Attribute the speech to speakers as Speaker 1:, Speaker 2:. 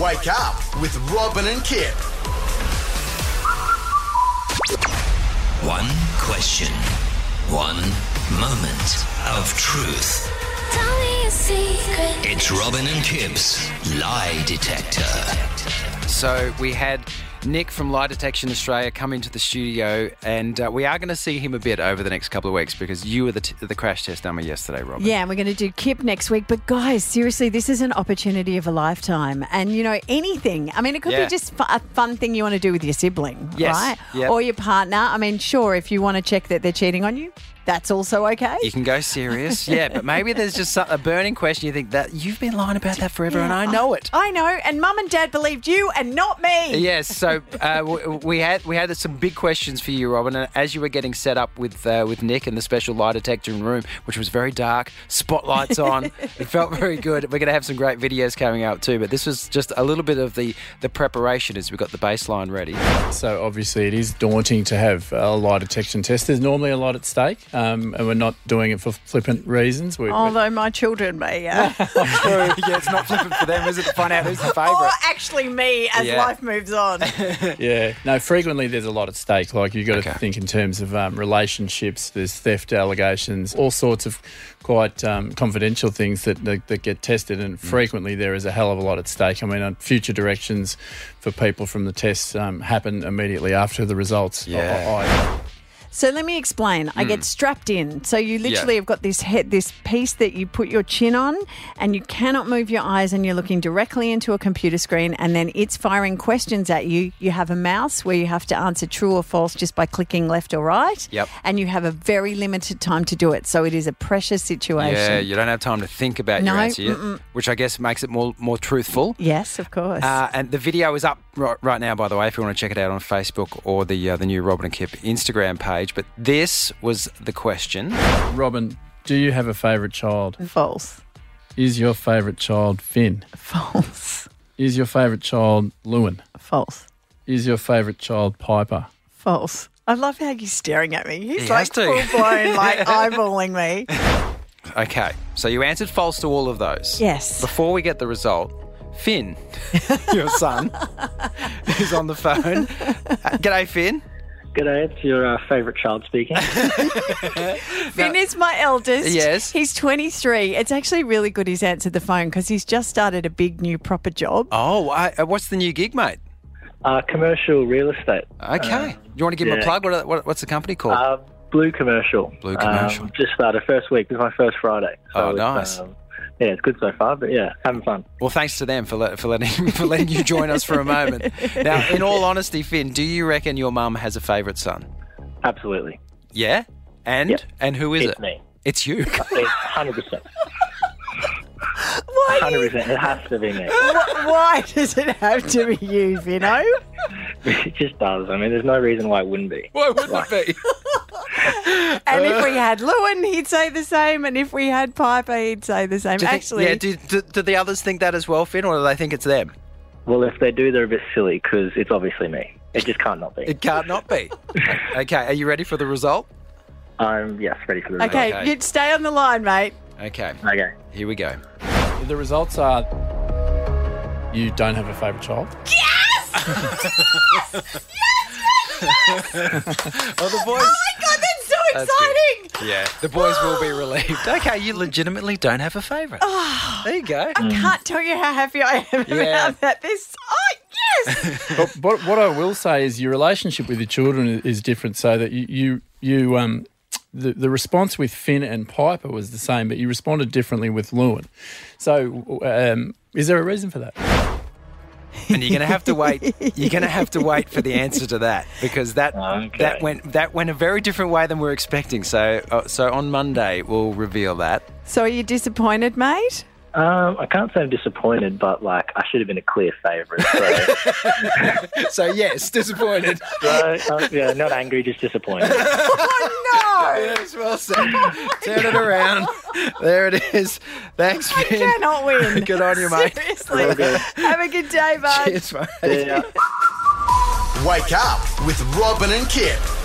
Speaker 1: Wake up with Robin and Kip.
Speaker 2: One question, one moment of truth.
Speaker 3: Tell me a secret.
Speaker 2: It's Robin and Kib's Lie Detector.
Speaker 4: So we had Nick from Lie Detection Australia come into the studio, and uh, we are going to see him a bit over the next couple of weeks because you were the, t- the crash test dummy yesterday, Robin.
Speaker 5: Yeah, and we're going to do Kip next week. But guys, seriously, this is an opportunity of a lifetime. And, you know, anything. I mean, it could
Speaker 4: Yeah.
Speaker 5: be just fu- a fun thing you want to do with your sibling,
Speaker 4: Yes,
Speaker 5: right?
Speaker 4: yep.
Speaker 5: Or your partner. I mean, sure, if you want to check that they're cheating on you, that's also okay.
Speaker 4: You can go serious, yeah, but maybe there's just so- a burning question. You think that you've been lying about that forever, and I know it.
Speaker 5: I know. And mum and dad believed you and not me.
Speaker 4: Yes, so uh, w- we had we had some big questions for you, Robin. And as you were getting set up with uh, with Nick in the special lie detection room, which was very dark, spotlights on, it felt very good. We're going to have some great videos coming out too. But this was just a little bit of the the preparation as we got the baseline ready.
Speaker 6: So obviously, it is daunting to have a lie detection test. There's normally a lot at stake, um, and we're not doing it for flippant reasons. We,
Speaker 5: Although my children may. Uh,
Speaker 4: yeah, it's not flippant for them, is it? To find out who's the
Speaker 5: or
Speaker 4: favourite.
Speaker 5: actually me as
Speaker 4: Yeah.
Speaker 5: life moves on.
Speaker 6: yeah, no. Frequently, there's a lot at stake. Like you got to
Speaker 4: Okay.
Speaker 6: think in terms of um, relationships. There's theft allegations, all sorts of quite um, confidential things that, that that get tested,
Speaker 4: Mm.
Speaker 6: and frequently there is a hell of a lot at stake. I mean, on future directions for people from the tests um, happen immediately after the results. Oh,
Speaker 4: Yeah.
Speaker 6: I- I-
Speaker 5: So let me explain. I
Speaker 4: Hmm.
Speaker 5: get strapped in. So you literally have got this head, this piece that you put your chin on, and you cannot move your eyes, and you're looking directly into a computer screen, and then it's firing questions at you. You have a mouse where you have to answer true or false just by clicking left or right.
Speaker 4: Yep.
Speaker 5: And you have a very limited time to do it. So it is a pressure situation.
Speaker 4: Yeah, you don't have time to think about
Speaker 5: No,
Speaker 4: your answer, yet, which I guess makes it more more truthful.
Speaker 5: Yes, of course.
Speaker 4: Uh, and the video is up right, right now, by the way, if you want to check it out on Facebook or the uh, the new Robin and Kip Instagram page. But this was the question.
Speaker 6: oh. Robin, do you have a favourite child?
Speaker 5: false.
Speaker 6: Is your favourite child Finn?
Speaker 5: False.
Speaker 6: Is your favourite child Lewin?
Speaker 5: False.
Speaker 6: Is your favourite child Piper?
Speaker 5: False. I love how he's staring at me. He's
Speaker 4: He has
Speaker 5: like
Speaker 4: to.
Speaker 5: full blown, like eyeballing me.
Speaker 4: Okay, so you answered false to all of those.
Speaker 5: Yes.
Speaker 4: Before we get the result, Finn, your son, is on the phone. Uh, G'day, Finn.
Speaker 7: G'day, it's your uh, favourite child speaking.
Speaker 5: Finn is my eldest.
Speaker 4: Yes.
Speaker 5: He's 23. It's actually really good he's answered the phone because he's just started a big new proper job.
Speaker 4: Oh, I, uh, what's the new gig, mate?
Speaker 7: uh, commercial real estate,
Speaker 4: Okay. Do you want to give him a
Speaker 7: Uh, yeah.
Speaker 4: plug? What, are- what, what's the company called?
Speaker 7: uh, Blue Commercial.
Speaker 4: Oh. Blue Commercial.
Speaker 7: Um, just started first week. This is my first Friday.
Speaker 4: Oh,
Speaker 7: it's,
Speaker 4: nice.
Speaker 7: um, yeah, it's good so far, but yeah, having fun.
Speaker 4: Well, thanks to them for, let, for letting for letting you join us for a moment. Now, in all honesty, Finn, do you reckon your mum has a favourite son?
Speaker 7: Absolutely.
Speaker 4: Yeah, and
Speaker 7: Yep.
Speaker 4: and who is
Speaker 7: it's
Speaker 4: it?
Speaker 7: me.
Speaker 4: It's you.
Speaker 7: It's 100%.
Speaker 5: Why, do you-
Speaker 7: 100%. It has to be me.
Speaker 4: Oh.
Speaker 5: wh- why does it have to be you, Vino?
Speaker 7: It just does. I mean, there's no reason why it wouldn't be.
Speaker 4: Why wouldn't it be?
Speaker 5: And if we had Lewin, he'd say the same. And if we had Piper, he'd say the same.
Speaker 4: Do you think-
Speaker 5: actually,
Speaker 4: yeah. Do, do, do the others think that as well, Finn, or do they think it's them?
Speaker 7: Well, if they do, they're a bit silly because it's obviously me. It just can't not be.
Speaker 4: It can't not be. okay. Are you ready for the result?
Speaker 7: I'm, yes, ready for the
Speaker 5: okay,
Speaker 4: okay. Oh
Speaker 5: you'd stay on the line, mate.
Speaker 4: Okay.
Speaker 7: result. Okay.
Speaker 4: Here we go.
Speaker 6: The results are you don't have a favourite child.
Speaker 4: Oh, the boys.
Speaker 5: God, that's so
Speaker 4: That's good.
Speaker 5: exciting.
Speaker 4: yeah, the boys will be relieved. Okay, you legitimately don't have a favourite. there you go.
Speaker 5: Can't tell you how happy I am
Speaker 4: Yeah.
Speaker 5: about that. This, oh, yes.
Speaker 6: But what, what I will say is your relationship with your children is different, so that you you, you um. The, the response with Finn and Piper was the same, but you responded differently with Lewin. So, um, is there a reason for that?
Speaker 4: and you're going to have to wait. You're going to have to wait for the answer to that because that
Speaker 7: Okay.
Speaker 4: that went that went a very different way than we are expecting. So uh, so on Monday we'll reveal that.
Speaker 5: so, are you disappointed, mate?
Speaker 7: Um, I can't say I'm disappointed, but like I should have been a clear favourite. So,
Speaker 4: So yes, disappointed.
Speaker 7: so uh, yeah, not angry, just disappointed.
Speaker 4: yes, well said. Turn it around. There it is. Thanks,
Speaker 5: I
Speaker 4: Finn.
Speaker 5: cannot win.
Speaker 4: Good on you, mate.
Speaker 5: Seriously. Have a good day, bud.
Speaker 4: Cheers, mate.
Speaker 7: Yeah.
Speaker 1: Wake up with Robin and Kip.